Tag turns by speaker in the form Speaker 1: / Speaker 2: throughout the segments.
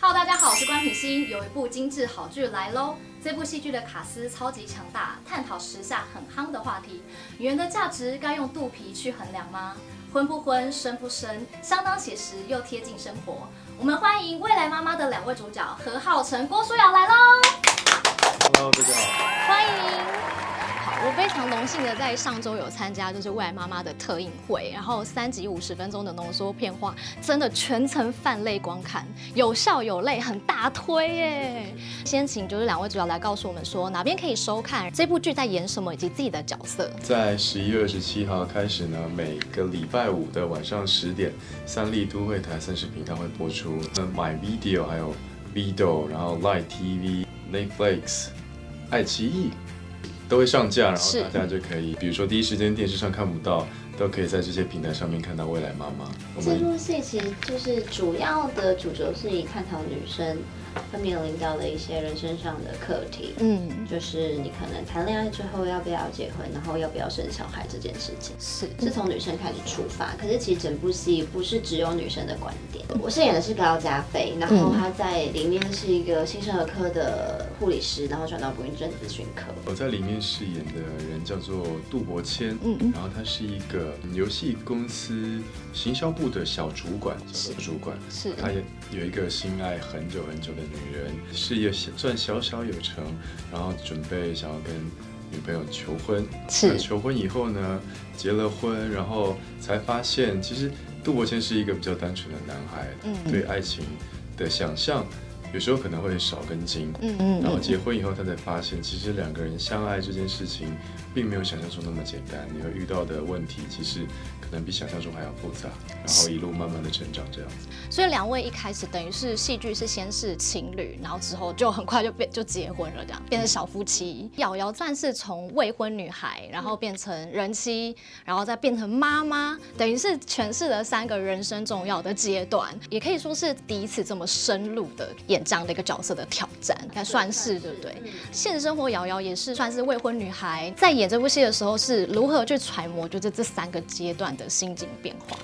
Speaker 1: Hello，大家好，我是关品欣。有一部精致好剧来喽！这部戏剧的卡斯超级强大，探讨时下很夯的话题。语言的价值该用肚皮去衡量吗？荤不荤，深不深，相当写实又贴近生活。我们欢迎未来妈妈的两位主角何浩晨、郭书瑶来喽！
Speaker 2: Hello，大家好。
Speaker 1: 欢迎。好，我非常荣幸的在上周有参加就是未来妈妈的特映会，然后三集五十分钟的浓缩片话，真的全程泛泪观看，有笑有泪，很大推耶！先请就是两位主角来告诉我们说哪边可以收看这部剧在演什么，以及自己的角色。
Speaker 2: 在十一月二十七号开始呢，每个礼拜五的晚上十点，三立都会台三十频道会播出。那 My Video 还有 Vido，然后 Lite TV、Netflix、爱奇艺都会上架，然后
Speaker 1: 是
Speaker 2: 大家就可以，比如说第一时间电视上看不到，都可以在这些平台上面看到未来妈妈。我
Speaker 3: 这
Speaker 2: 们
Speaker 3: 部戏其实就是主要的主轴是以探讨女生会面临到的一些人生上的课题，
Speaker 1: 嗯，
Speaker 3: 就是你可能谈恋爱之后要不要结婚，然后要不要生小孩这件事情。
Speaker 1: 是
Speaker 3: 是从女生开始出发，可是其实整部戏不是只有女生的观点。我饰演的是高加菲，然后她在里面是一个新生儿科的护理师，然后转到不孕症咨询科。
Speaker 2: 我在里面饰演的人叫做杜伯谦，嗯然后他是一个游戏公司行销部的小主管，小主管。
Speaker 1: 是
Speaker 2: 他也有一个心爱很久很久的女人，事业小算小小有成，然后准备想要跟女朋友求婚。
Speaker 1: 是
Speaker 2: 那求婚以后呢，结了婚，然后才发现，其实杜伯谦是一个比较单纯的男孩，
Speaker 1: 嗯
Speaker 2: 对爱情的想象有时候可能会少根筋。
Speaker 1: 嗯嗯
Speaker 2: 然后
Speaker 1: 嗯，
Speaker 2: 结婚以后，他才发现，其实两个人相爱这件事情，并没有想象中那么简单。你会遇到的问题，其实可能比想象中还要复杂。然后一路慢慢的成长，这样。
Speaker 1: 所以两位一开始等于是戏剧是先是情侣，然后之后就很快就变就结婚了，这样变成小夫妻。瑶瑶算是从未婚女孩，然后变成人妻，然后再变成妈妈，等于是诠释了三个人生重要的阶段，也可以说是第一次这么深入的演这样的一个角色的挑战，应该算是对嗯不对？
Speaker 3: 嗯
Speaker 1: 现实生活瑶瑶也是算是未婚女孩，在演这部戏的时候是如何去揣摩，就是这三个阶段的心境变化。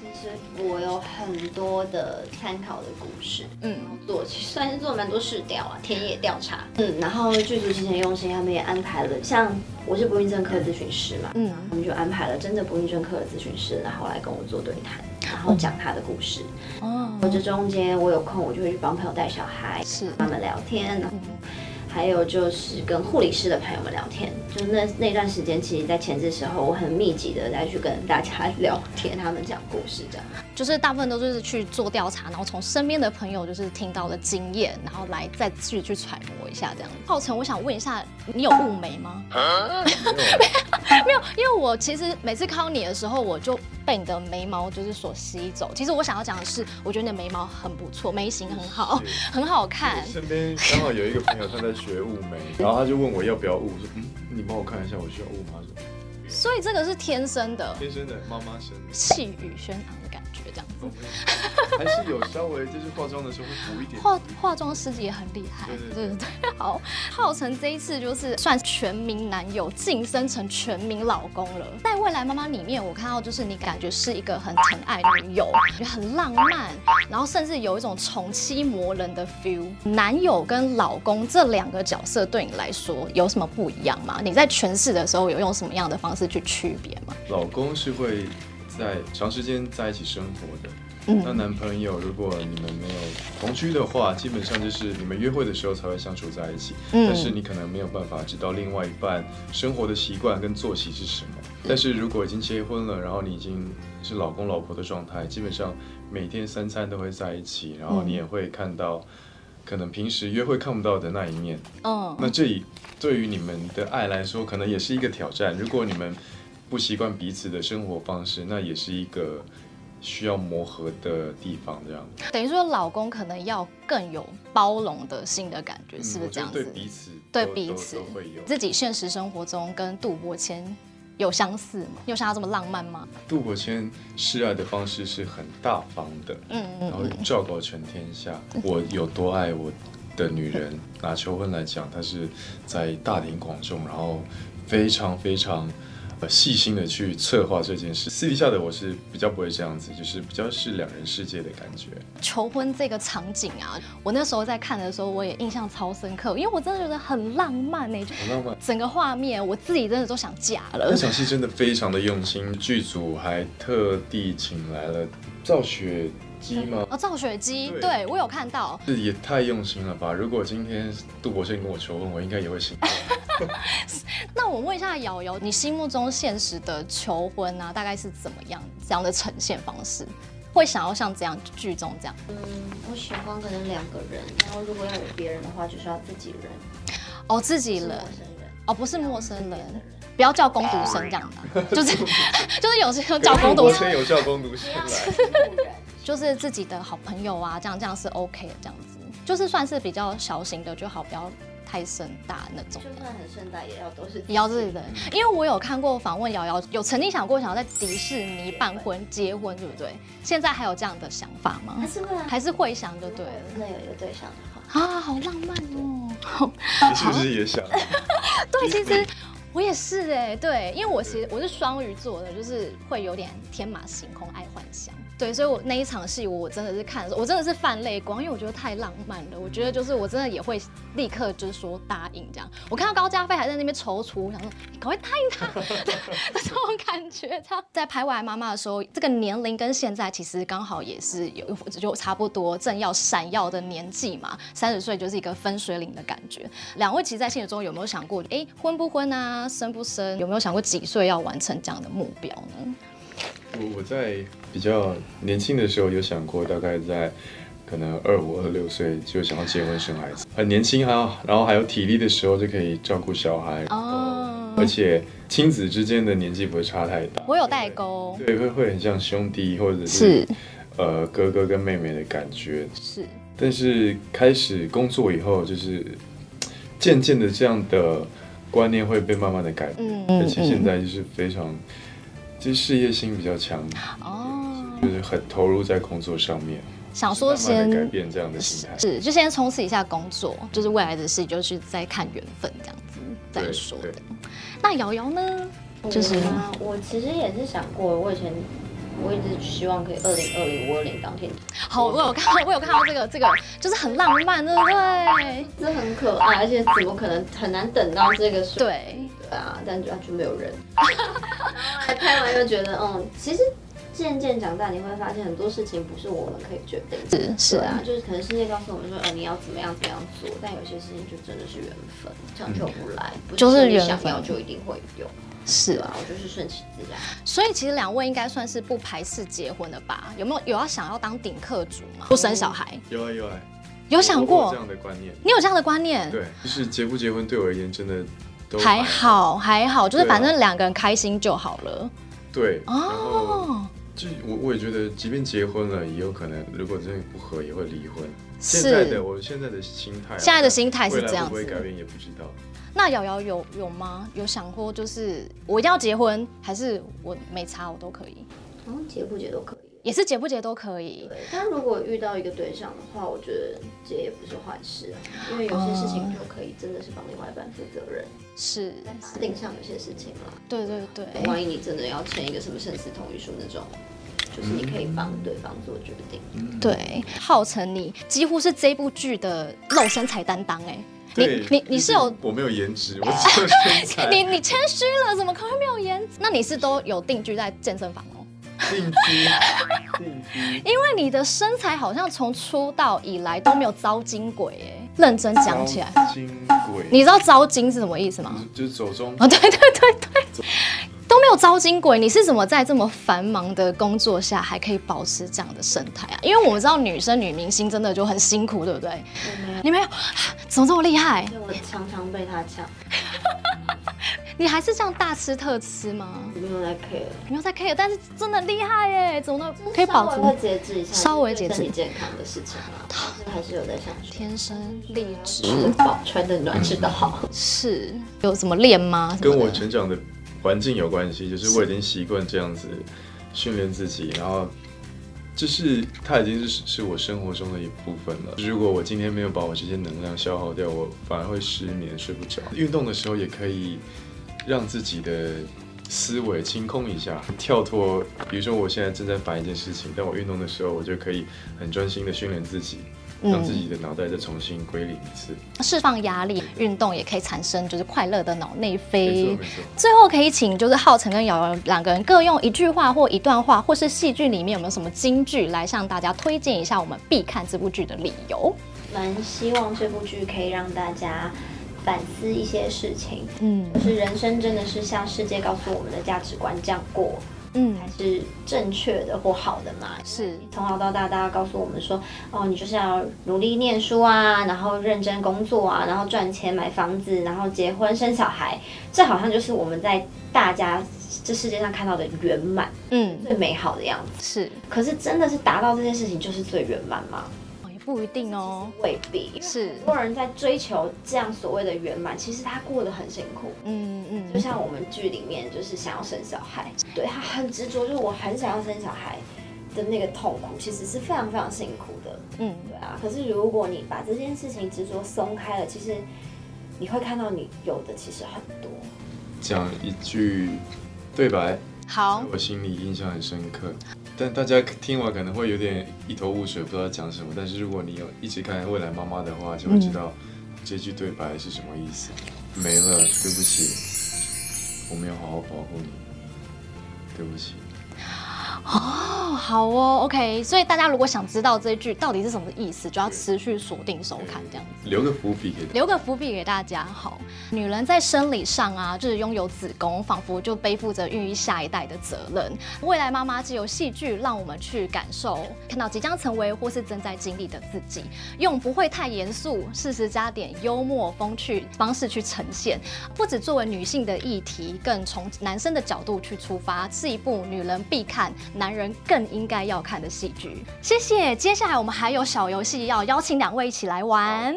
Speaker 3: 其实我有很多的参考的故事，嗯，做其实算是做蛮多试调啊，田野调查，嗯，然后剧组之前用心，他们也安排了，像我是不孕症科咨询师嘛，嗯，我们就安排了真的不孕症科的咨询师，然后来跟我做对谈，然后讲他的故事。
Speaker 1: 哦，
Speaker 3: 我这中间我有空，我就会去帮朋友带小孩，
Speaker 1: 是
Speaker 3: 跟他们聊天，然后还有就是跟护理师的朋友们聊天。就那那段时间，其实在前置时候，我很密集的再去跟大家聊天，他们讲故事这样。
Speaker 1: 就是大部分都是去做调查，然后从身边的朋友就是听到的经验，然后来再去去揣摩一下这样。浩辰，我想问一下，你有雾眉吗？ 没有，因为我其实每次看到你的时候，我就被你的眉毛就是所吸走。其实我想要讲的是，我觉得你的眉毛很不错，眉形很好，很好看
Speaker 2: 我。身边刚好有一个朋友，他在学雾眉，然后他就问我要不要雾，我说嗯，你帮我看一下，我需要雾吗？他说
Speaker 1: 所以这个是天生的
Speaker 2: 天生的妈妈生的，
Speaker 1: 气宇轩昂的感觉，这样子。
Speaker 2: 还是有稍微就是化妆的时候会补一点。
Speaker 1: 化化妆师也很厉害，
Speaker 2: 对
Speaker 1: 对对对。 好，浩辰这一次就是算全民男友，晋升成全民老公了。在未来妈妈里面，我看到就是你感觉是一个很疼爱女友，觉得很浪漫，然后甚至有一种宠妻魔人的 feel。男友跟老公这两个角色对你来说有什么不一样吗？你在诠释的时候有用什么样的方式去区别吗？
Speaker 2: 老公是会在长时间在一起生活的。
Speaker 1: 嗯
Speaker 2: 那男朋友，如果你们没有同居的话，基本上就是你们约会的时候才会相处在一起。
Speaker 1: 嗯
Speaker 2: 但是你可能没有办法知道另外一半生活的习惯跟作息是什么。
Speaker 1: 嗯
Speaker 2: 但是如果已经结婚了，然后你已经是老公老婆的状态，基本上每天三餐都会在一起，然后你也会看到可能平时约会看不到的那一面。
Speaker 1: 嗯，
Speaker 2: 那这以对于你们的爱来说，可能也是一个挑战。如果你们不习惯彼此的生活方式，那也是一个需要磨合的地方。这样，
Speaker 1: 等于说老公可能要更有包容的心的感觉，是不
Speaker 2: 嗯我
Speaker 1: 是这
Speaker 2: 觉得
Speaker 1: 样子？
Speaker 2: 对彼此都，
Speaker 1: 对
Speaker 2: 都
Speaker 1: 彼此
Speaker 2: 都会有。
Speaker 1: 自己现实生活中跟杜伯谦有相似吗？有像他这么浪漫吗？
Speaker 2: 杜伯谦示爱的方式是很大方的，
Speaker 1: 嗯
Speaker 2: 然后昭告全天下，我有多爱我的女人。拿求婚来讲，他是在大庭广众，然后非常非常呃细心的去策划这件事。私底下的我是比较不会这样子，就是比较是两人世界的感觉。
Speaker 1: 求婚这个场景啊，我那时候在看的时候，我也印象超深刻，因为我真的觉得很浪漫呢、就
Speaker 2: 很浪漫
Speaker 1: 整个画面我自己真的都想嫁了
Speaker 2: 那。场呃戏真的非常的用心，剧组还特地请来了造雪机吗？
Speaker 1: 哦，造雪机，
Speaker 2: 对
Speaker 1: 对我有看到，
Speaker 2: 这也太用心了吧！如果今天杜国胜跟我求婚，我应该也会 心动。
Speaker 1: 那我问一下瑶瑶，你心目中现实的求婚啊，大概是怎么样这样的呈现方式？会想要像这样剧中这样
Speaker 3: 嗯我喜欢可能两个人，然后如果要有别人的话，就是要自己人，
Speaker 1: 哦，自己
Speaker 3: 是陌
Speaker 1: 人
Speaker 3: 生人。
Speaker 1: 哦，不是陌生
Speaker 3: 自己
Speaker 1: 人
Speaker 3: 人，
Speaker 1: 不要叫工读生这样的，就是 就是有些人叫工读
Speaker 2: 杜国
Speaker 1: 生，
Speaker 2: 胜有叫攻读生
Speaker 3: 不要
Speaker 2: 来，
Speaker 3: 是 路人。
Speaker 1: 就是自己的好朋友啊，这样这样是 OK 的，这样子就是算是比较小型的就好，不要太盛大那种
Speaker 3: 就。算很盛大，也要都是
Speaker 1: 也要自己的，因为我有看过访问瑶瑶，有曾经想过想要在迪士尼办婚结婚，对不对？现在还有这样的想法吗？
Speaker 3: 还是会啊
Speaker 1: 还是会想就
Speaker 3: 如
Speaker 1: 对
Speaker 3: 果
Speaker 1: 了
Speaker 3: 真的有一个对象的话，
Speaker 1: 啊，好浪漫哦！
Speaker 2: 你是不是也 想？
Speaker 1: 对，其实我也是哎，对，因为我其实我是双鱼座的，就是会有点天马行空，爱幻想。对，所以我那一场戏，我真的是看的时候，我真的是泛泪光，因为我觉得太浪漫了。我觉得就是我真的也会立刻就是说答应这样。我看到高嘉菲还在那边踌躇，我想说你赶快答应他，这种感觉。他在拍《外来妈妈》的时候，这个年龄跟现在其实刚好也是有就差不多，正要闪耀的年纪嘛，三十岁就是一个分水岭的感觉。两位其实，在现实中有没有想过，哎，婚不婚啊，生不生？有没有想过几岁要完成这样的目标呢？
Speaker 2: 我我在比较年轻的时候有想过，大概在可能二五二六岁就想要结婚生孩子，很年轻啊，然后还有体力的时候就可以照顾小孩，
Speaker 1: 哦
Speaker 2: 而，且亲子之间的年纪不会差太大。
Speaker 1: 我有代沟，
Speaker 2: 对，会会很像兄弟或者
Speaker 1: 是
Speaker 2: 是呃哥哥跟妹妹的感觉。
Speaker 1: 是，
Speaker 2: 但是开始工作以后，就是渐渐的这样的观念会被慢慢的改变，
Speaker 1: 嗯
Speaker 2: 而且现在就是非常，就是事业心比较强，
Speaker 1: 哦，
Speaker 2: 就是很投入在工作上面，
Speaker 1: 想说
Speaker 2: 慢慢的改
Speaker 1: 先
Speaker 2: 变这样的心态。
Speaker 1: 是就先冲刺一下工作，就是未来的事就是再看缘分这样子再
Speaker 2: 对
Speaker 1: 说
Speaker 2: 对
Speaker 1: 的。那瑶瑶呢？就是
Speaker 3: 我啊我其实也是想过，我以前我一直希望可以二零二零五二零当天堂，
Speaker 1: 好，我有看到，我有看到这个，这个就是很浪漫，对不对？
Speaker 3: 这很可爱，而且怎么可能很难等到这个时候
Speaker 1: 对，
Speaker 3: 啊？但就就没有 人，然后来拍完又觉得，嗯，其实渐渐长大，你会发现很多事情不是我们可以决定的。
Speaker 1: 是是
Speaker 3: 对啊
Speaker 1: 啊，，
Speaker 3: 就是可能世界告诉我们说，呃，你要怎么样怎么样做，但有些事情就真的是缘分，强求不来，不
Speaker 1: 就是
Speaker 3: 你
Speaker 1: 缘
Speaker 3: 想
Speaker 1: 分
Speaker 3: 要就一定会有，
Speaker 1: 是
Speaker 3: 对
Speaker 1: 啊。
Speaker 3: 啊，我就是顺其自然。
Speaker 1: 所以其实两位应该算是不排斥结婚的吧？有没有有要想要当顶客族吗？不生小孩，
Speaker 2: 有啊有啊，
Speaker 1: 有想
Speaker 2: 我有
Speaker 1: 过
Speaker 2: 这？样的观念？
Speaker 1: 你有这样的观念？
Speaker 2: 对，就是结不结婚对我而言真的都
Speaker 1: 还。好还好，就是
Speaker 2: 对啊
Speaker 1: 反正两个人开心就好了。
Speaker 2: 对，然后
Speaker 1: 哦，
Speaker 2: 就我我也觉得，即便结婚了，也有可能如果真的不合，也会离婚。
Speaker 1: 是
Speaker 2: 现在的我现在的心态啊，
Speaker 1: 现在的心态是
Speaker 2: 未来
Speaker 1: 这样
Speaker 2: 会不会
Speaker 1: 子
Speaker 2: 改变也不知道。
Speaker 1: 那瑶瑶有有吗？有想过就是我一定要结婚，还是我没差我都可以，
Speaker 3: 好
Speaker 1: 嗯
Speaker 3: 像结不结都可以。
Speaker 1: 也是结不结都可以。
Speaker 3: 对，但如果遇到一个对象的话，我觉得结也不是坏事啊，因为有些事
Speaker 1: 哦
Speaker 3: 情就可以真的是帮另外一半负责任，
Speaker 1: 是，
Speaker 3: 但法定上有些事情啦，
Speaker 1: 对对对。
Speaker 3: 万一你真的要签一个什么生死同意书那种，就是你可以帮
Speaker 1: 嗯
Speaker 3: 对方做决定。
Speaker 1: 对，号称你几乎是这部剧的肉身材担当哎、
Speaker 2: 对
Speaker 1: 你你你是有
Speaker 2: 我没有颜值，我只有身 材。
Speaker 1: 你你谦虚了，怎么可能没有颜值？那你是都有定居在健身房哦？
Speaker 2: 定居，定居。
Speaker 1: 因为你的身材好像从出道以来都没有招金鬼哎、认真讲起来，
Speaker 2: 金鬼，
Speaker 1: 你知道招金是什么意思吗？
Speaker 2: 就是走中
Speaker 1: 哦，对对对对，都没有招金鬼，你是怎么在这么繁忙的工作下还可以保持这样的身材啊？因为我们知道女生女明星真的就很辛苦，对不对？
Speaker 3: 我没有，
Speaker 1: 你没有，啊怎么这么厉害？
Speaker 3: 因为我常常被他抢，
Speaker 1: 你还是这样大吃特吃吗？
Speaker 3: 没有来 care。
Speaker 1: 没有在 care，但是真的厉害耶，怎么都可以保
Speaker 3: 稍微会
Speaker 1: 持
Speaker 3: 节制一下，
Speaker 1: 稍微节制
Speaker 3: 对身体健康的事情啦，但是还是有在想说，
Speaker 1: 天生丽质，
Speaker 3: 吃得
Speaker 2: 嗯
Speaker 3: 饱，穿得暖，吃得好。
Speaker 1: 是有什么练吗？
Speaker 2: 跟我成长的环境有关系，就是我已经习惯这样子训练自己，然后就是它已经是是我生活中的一部分了。如果我今天没有把我这些能量消耗掉，我反而会失眠、睡不着。运动的时候也可以让自己的思维清空一下，跳脱。比如说我现在正在烦一件事情，但我运动的时候，我就可以很专心的训练自己，让自己的脑袋再重新归零一次。
Speaker 1: 释放压力，运动也可以产生就是快乐的脑内
Speaker 2: 没
Speaker 1: 啡
Speaker 2: 错没。错，
Speaker 1: 最后可以请就是浩辰跟瑶瑶两个人各用一句话或一段话，或是戏剧里面有没有什么金句来向大家推荐一下我们必看这部剧的理由？
Speaker 3: 蛮希望这部剧可以让大家反思一些事情，
Speaker 1: 嗯
Speaker 3: 就是人生真的是像世界告诉我们的价值观这样过，
Speaker 1: 嗯，
Speaker 3: 还是正确的或好的嘛？
Speaker 1: 是
Speaker 3: 从小到大，大家告诉我们说，哦，你就是要努力念书啊，然后认真工作啊，然后赚钱买房子，然后结婚生小孩，这好像就是我们在大家这世界上看到的圆满、
Speaker 1: 嗯
Speaker 3: 最美好的样子。
Speaker 1: 是，
Speaker 3: 可是真的是达到这件事情就是最圆满吗？
Speaker 1: 哦也不一定哦。
Speaker 3: 未必，因为
Speaker 1: 是
Speaker 3: 很多人在追求这样所谓的圆满，其实他过得很辛苦。
Speaker 1: 嗯
Speaker 3: 就
Speaker 1: 嗯，
Speaker 3: 像我们剧里面就是想要生小孩，对他很执着，就是我很想要生小孩的那个痛苦，其实是非常非常辛苦的。
Speaker 1: 嗯
Speaker 3: 对啊，可是如果你把这件事情执着松开了，其实你会看到你有的其实很多。
Speaker 2: 讲一句对白，
Speaker 1: 好
Speaker 2: 在，我心里印象很深刻。但大家听完可能会有点一头雾水，不知道讲什么。但是如果你有一直看《未来妈妈》的话，就会知道这句对白是什么意思。没了，对不起，我没有好好保护你，对不起。
Speaker 1: 哦好哦，OK。所以大家如果想知道这一句到底是什么意思，就要持续锁定收看这样。
Speaker 2: 留个伏笔给大家。
Speaker 1: 留个伏笔给大家。好，女人在生理上啊，就是拥有子宫，仿佛就背负着孕育下一代的责任。未来妈妈借由戏剧，让我们去感受，看到即将成为或是正在经历的自己，用不会太严肃、适时加点幽默风趣方式去呈现。不只作为女性的议题，更从男生的角度去出发，是一部女人必看、男人更应该要看的戏剧。谢谢。接下来我们还有小游戏要邀请两位一起来玩。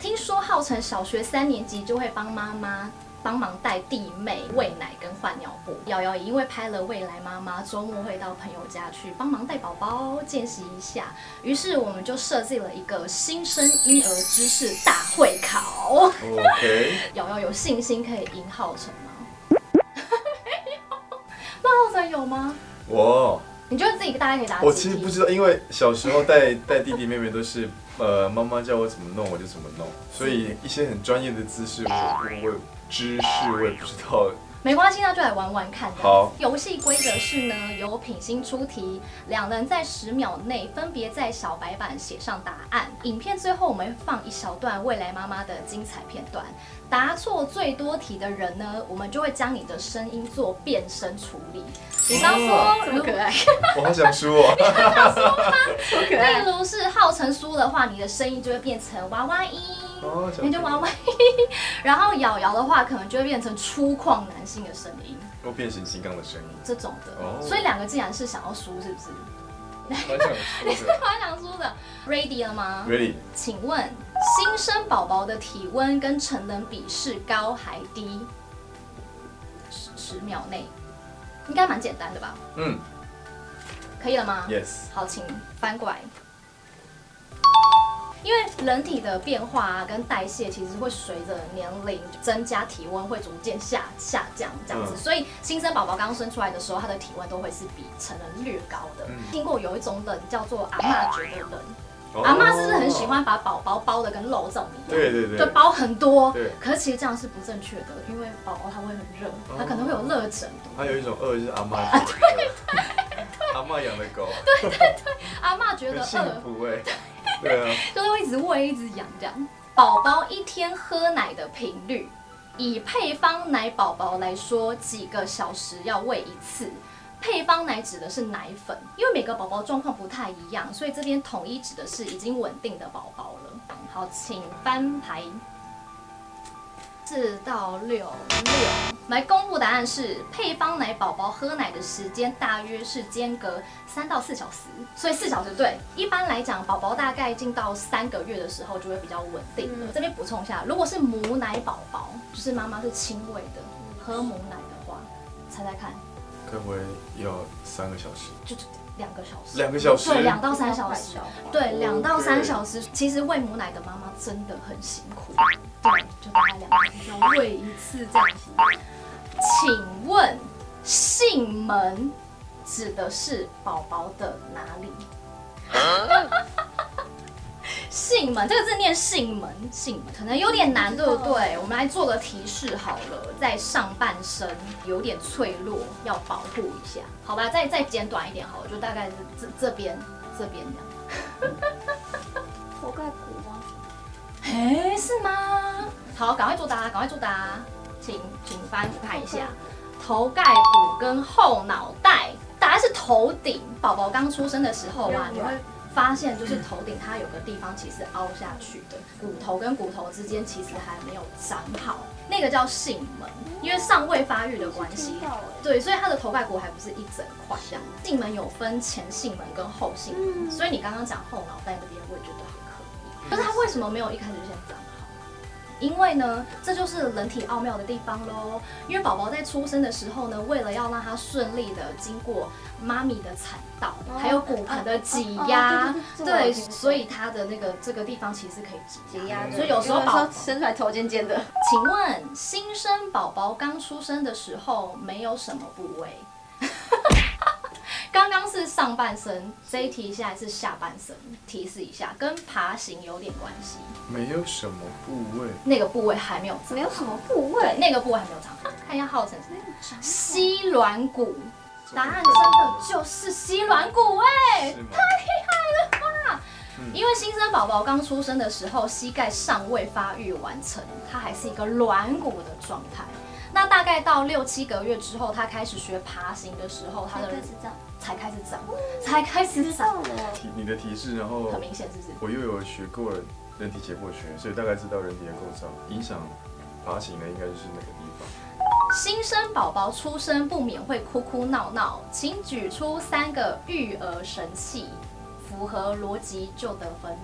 Speaker 1: 听说浩辰小学三年级就会帮妈妈帮忙带弟妹喂奶跟换尿布。瑶瑶也因为拍了《未来妈妈》，周末会到朋友家去帮忙带宝宝见习一下。于是我们就设计了一个新生婴儿知识大会考。
Speaker 2: OK，
Speaker 1: 瑶瑶有信心可以赢浩辰吗？ 那浩辰有吗？
Speaker 2: 哦
Speaker 4: 我
Speaker 1: 你觉得自己大概可以答几题？
Speaker 4: 我其实不知道，因为小时候带带弟弟妹妹都是，呃，妈妈叫我怎么弄我就怎么弄，所以一些很专业的姿势我我我知识我也不知道。
Speaker 1: 没关系，那就来玩玩看。
Speaker 4: 好，
Speaker 1: 游戏规则是呢，由品心出题，两人在十秒内分别在小白板写上答案。影片最后我们会放一小段未来妈妈的精彩片段。答错最多题的人呢，我们就会将你的声音做变声处理。比方
Speaker 4: 哦
Speaker 1: 说，如果
Speaker 4: 我好想输
Speaker 2: 啊
Speaker 4: 哦。
Speaker 1: 例如是浩辰输的话，你的声音就会变成娃娃音，
Speaker 4: 哦小
Speaker 1: 那就娃娃音。 然后瑶瑶的话，可能就会变成粗犷男性的声音。
Speaker 4: 我变形金刚 的声音，
Speaker 1: 这种的，
Speaker 4: 哦
Speaker 1: 所以两个竟然是想要输，是不是？
Speaker 4: 蛮想输的。
Speaker 1: 他想输的，ready 了吗
Speaker 4: Really？
Speaker 1: 请问新生宝宝的体温跟成人比是高还低？十十秒内，应该蛮简单的吧？
Speaker 4: 嗯
Speaker 1: 可以了吗
Speaker 4: ，Yes。
Speaker 1: 好，请翻过来。因为人体的变化啊，跟代谢其实会随着年龄增加，体温会逐渐下下降这样子，
Speaker 4: 嗯
Speaker 1: 所以新生宝宝刚生出来的时候，他的体温都会是比成人略高的。
Speaker 4: 嗯
Speaker 1: 听过有一种冷叫做阿嬷觉的冷，
Speaker 4: 哦
Speaker 1: 阿嬷是不是很喜？欢把宝宝包的跟肉粽一样？
Speaker 4: 对对
Speaker 1: 就
Speaker 4: 对。
Speaker 1: 包很多
Speaker 4: 对，
Speaker 1: 可是其实这样是不正确的，因为宝宝他会很热，他可能
Speaker 4: 哦
Speaker 1: 会有热疹。
Speaker 4: 还有一种饿就是阿 妈养的狗， 阿妈养的狗
Speaker 1: 阿嬷觉得
Speaker 4: 很
Speaker 1: 饿
Speaker 4: 幸福哎。对啊，
Speaker 1: 就是会一直喂，一直养这样。宝宝一天喝奶的频率，以配方奶宝宝来说，几个小时要喂一次。配方奶指的是奶粉，因为每个宝宝状况不太一样，所以这边统一指的是已经稳定的宝宝了。好，请翻牌，四到六六。来公布答案是配方奶宝宝喝奶的时间大约是间隔三到四小时，所以四小时对。一般来讲，宝宝大概进到三个月的时候就会比较稳定了。
Speaker 3: 嗯
Speaker 1: 这边补充一下，如果是母奶宝宝，就是妈妈是亲喂的，喝母奶的话，猜猜看，
Speaker 4: 该不会要三个小时？
Speaker 1: 就就两个小时，
Speaker 4: 两个小时？
Speaker 1: 对，两到三小时。对，
Speaker 4: 哦
Speaker 1: 两到三
Speaker 4: 对
Speaker 1: 小时。其实喂母奶的妈妈真的很辛苦。对，就
Speaker 5: 融会一次这样子。
Speaker 1: 请问姓门指的是宝宝的哪里？
Speaker 4: 啊
Speaker 1: 姓门这个字念姓门，姓门可能有点难，
Speaker 4: 嗯
Speaker 1: 对不对？我们来做个提示好了，在上半身有点脆弱，要保护一下，好吧？再再简短一点好了，就大概是这这边这边这样。
Speaker 3: 头盖骨吗？
Speaker 1: 哎，是吗？好，赶快作答，赶快作答，请请翻覆看一下，头盖骨跟后脑袋，答案是头顶。宝宝刚出生的时候啊，你会发现就是头顶它有个地方其实凹下去的，骨头跟骨头之间其实还没有长好，那个叫囟门，因为尚未发育的关系
Speaker 3: 听，到哎、
Speaker 1: 对，所以它的头盖骨还不是一整块这样。囟门有分前囟门跟后囟门，所以你刚刚讲后脑袋那边，我也觉得很可疑。可是它为什么没有一开始就先长好？因为呢，这就是人体奥妙的地方喽。因为宝宝在出生的时候呢，为了要让他顺利的经过妈咪的产道，
Speaker 3: 哦
Speaker 1: 还有骨盆的挤
Speaker 3: 哦
Speaker 1: 压，
Speaker 3: 哦对对对这我有
Speaker 1: 对，
Speaker 3: 听说
Speaker 1: 所以他的那个这个地方其实可以挤
Speaker 3: 挤压的，
Speaker 1: 所以有时候宝
Speaker 3: 生出来头尖尖的，
Speaker 1: 请问新生宝宝刚出生的时候没有什么部位？ 刚刚是上半身，这一题下来是下半身，提示一下，跟爬行有点关系。
Speaker 4: 没有什么部位，
Speaker 1: 那个部位还没有长，
Speaker 3: 没有什么部
Speaker 1: 对，
Speaker 3: 位，
Speaker 1: 那个部位还没有长。看一下浩辰，膝软骨，答案
Speaker 4: 怎
Speaker 1: 真
Speaker 4: 么会
Speaker 1: 的就是膝软骨哎、
Speaker 4: 是吗？
Speaker 1: 因为新生宝宝刚出生的时候，膝盖尚未发育完成，它还是一个软骨的状态。那大概到六七个月之后，他开始学爬行的时候，他的
Speaker 3: 这样，
Speaker 1: 才开始长，才开始
Speaker 3: 哦知道
Speaker 1: 长，
Speaker 3: 了。
Speaker 4: 提你的提示，然后
Speaker 1: 很明显是不是？
Speaker 4: 我又有学过人体解剖学，所以大概知道人体的构造，影响爬行的应该就是那个地方。
Speaker 1: 新生宝宝出生不免会哭哭闹闹，请举出三个育儿神器，符合逻辑就得分。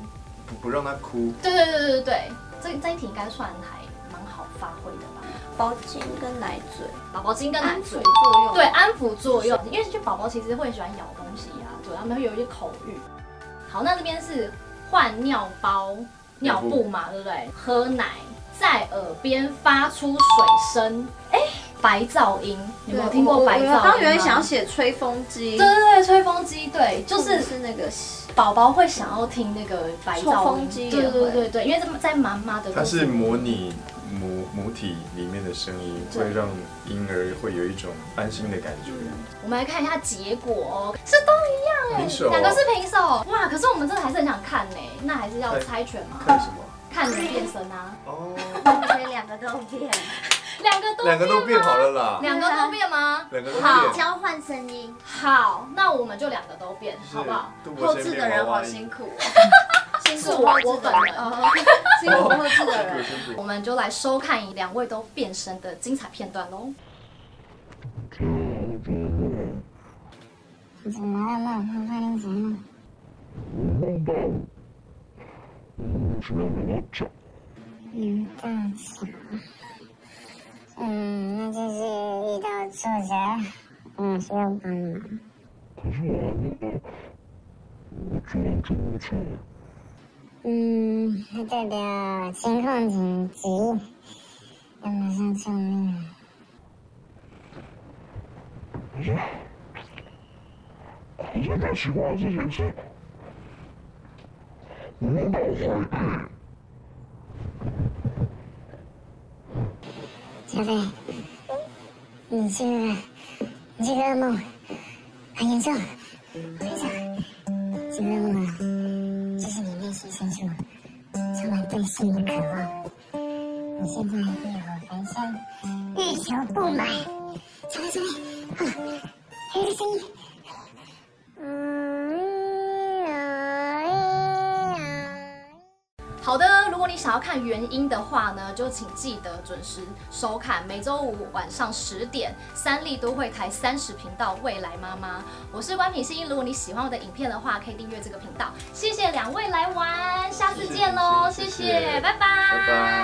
Speaker 4: 不不让他哭，
Speaker 1: 对对对对对对，这这一题应该算还蛮好发挥的吧？
Speaker 3: 包茎跟奶嘴，
Speaker 1: 宝宝筋跟奶
Speaker 3: 安
Speaker 1: 嘴
Speaker 3: 抚。作用。
Speaker 1: 对，安抚作用，因为就宝宝其实会喜欢咬东西啊，对，他们会有一些口欲。好，那这边是换尿包、尿布嘛，对不对？喝奶，在耳边发出水声，哎、白噪音，你
Speaker 3: 对，
Speaker 1: 有没有听过白噪音吗？
Speaker 3: 我刚原想要写吹风机，
Speaker 1: 对对对，吹风机，对，就
Speaker 3: 或者
Speaker 1: 是
Speaker 3: 是那个
Speaker 1: 宝宝会想要听那个白噪
Speaker 3: 抽
Speaker 1: 音
Speaker 3: 风，机也
Speaker 1: 对对
Speaker 3: 会
Speaker 1: 对对，因为在在妈妈的肚子
Speaker 4: 它是
Speaker 1: 里
Speaker 4: 模拟母母体里面的声音，
Speaker 1: 对
Speaker 4: 会让婴儿会有一种安心的感觉。
Speaker 1: 我们来看一下结果、哦，是都一样哎、
Speaker 4: 平手
Speaker 1: 两个是平手，哇！可是我们真的还是很想看呢、那还是要猜拳吗？
Speaker 4: 看什么？
Speaker 1: 看你变身啊，
Speaker 4: 哦，
Speaker 3: 所以两个都变，
Speaker 1: 两个都
Speaker 4: 两个都变好了
Speaker 1: 吗，
Speaker 4: 啦，
Speaker 1: 两个都变吗？
Speaker 4: 两个都
Speaker 1: 好
Speaker 4: 变。
Speaker 3: 交换声音，
Speaker 1: 好，那我们就两个都变，
Speaker 4: 是
Speaker 1: 好不好？
Speaker 4: 杜
Speaker 3: 后
Speaker 4: 博
Speaker 3: 置
Speaker 4: 先
Speaker 3: 的
Speaker 4: 变
Speaker 3: 人
Speaker 4: 娃
Speaker 3: 好
Speaker 4: 娃
Speaker 3: 辛
Speaker 4: 音，
Speaker 3: 苦，
Speaker 1: 辛
Speaker 3: 是
Speaker 1: 苦
Speaker 3: 我
Speaker 1: 我本人。
Speaker 3: 哦，辛苦后置的
Speaker 4: 杜博
Speaker 3: 人。
Speaker 4: 先变
Speaker 1: 我们就来收看两位都变身的精彩片段喽。
Speaker 6: 怎么了，老婆？发生什么了？嗯，大小，嗯，那就是遇到挫折，嗯，需要帮忙。嗯，它代表情况紧急，要马上救命了。嗯
Speaker 7: 这个奇怪的事情是，
Speaker 6: 嗯
Speaker 7: 我脑怀孕。
Speaker 6: 小飞，你这个，你这个噩梦很严重，队长，这个噩梦啊，这是你内心深处充满对性的渴望，你现在欲火焚身，欲求不满。小飞，小飞，啊，还有一个声音。嗯哎呀
Speaker 1: 好的，如果你想要看原音的话呢，就请记得准时收看每周五晚上十点三立都会台三十频道《未来妈妈》，我是关品欣。如果你喜欢我的影片的话，可以订阅这个频道。谢谢两位来玩，下次见喽，
Speaker 4: 谢谢
Speaker 1: 谢谢，拜拜
Speaker 4: 拜拜。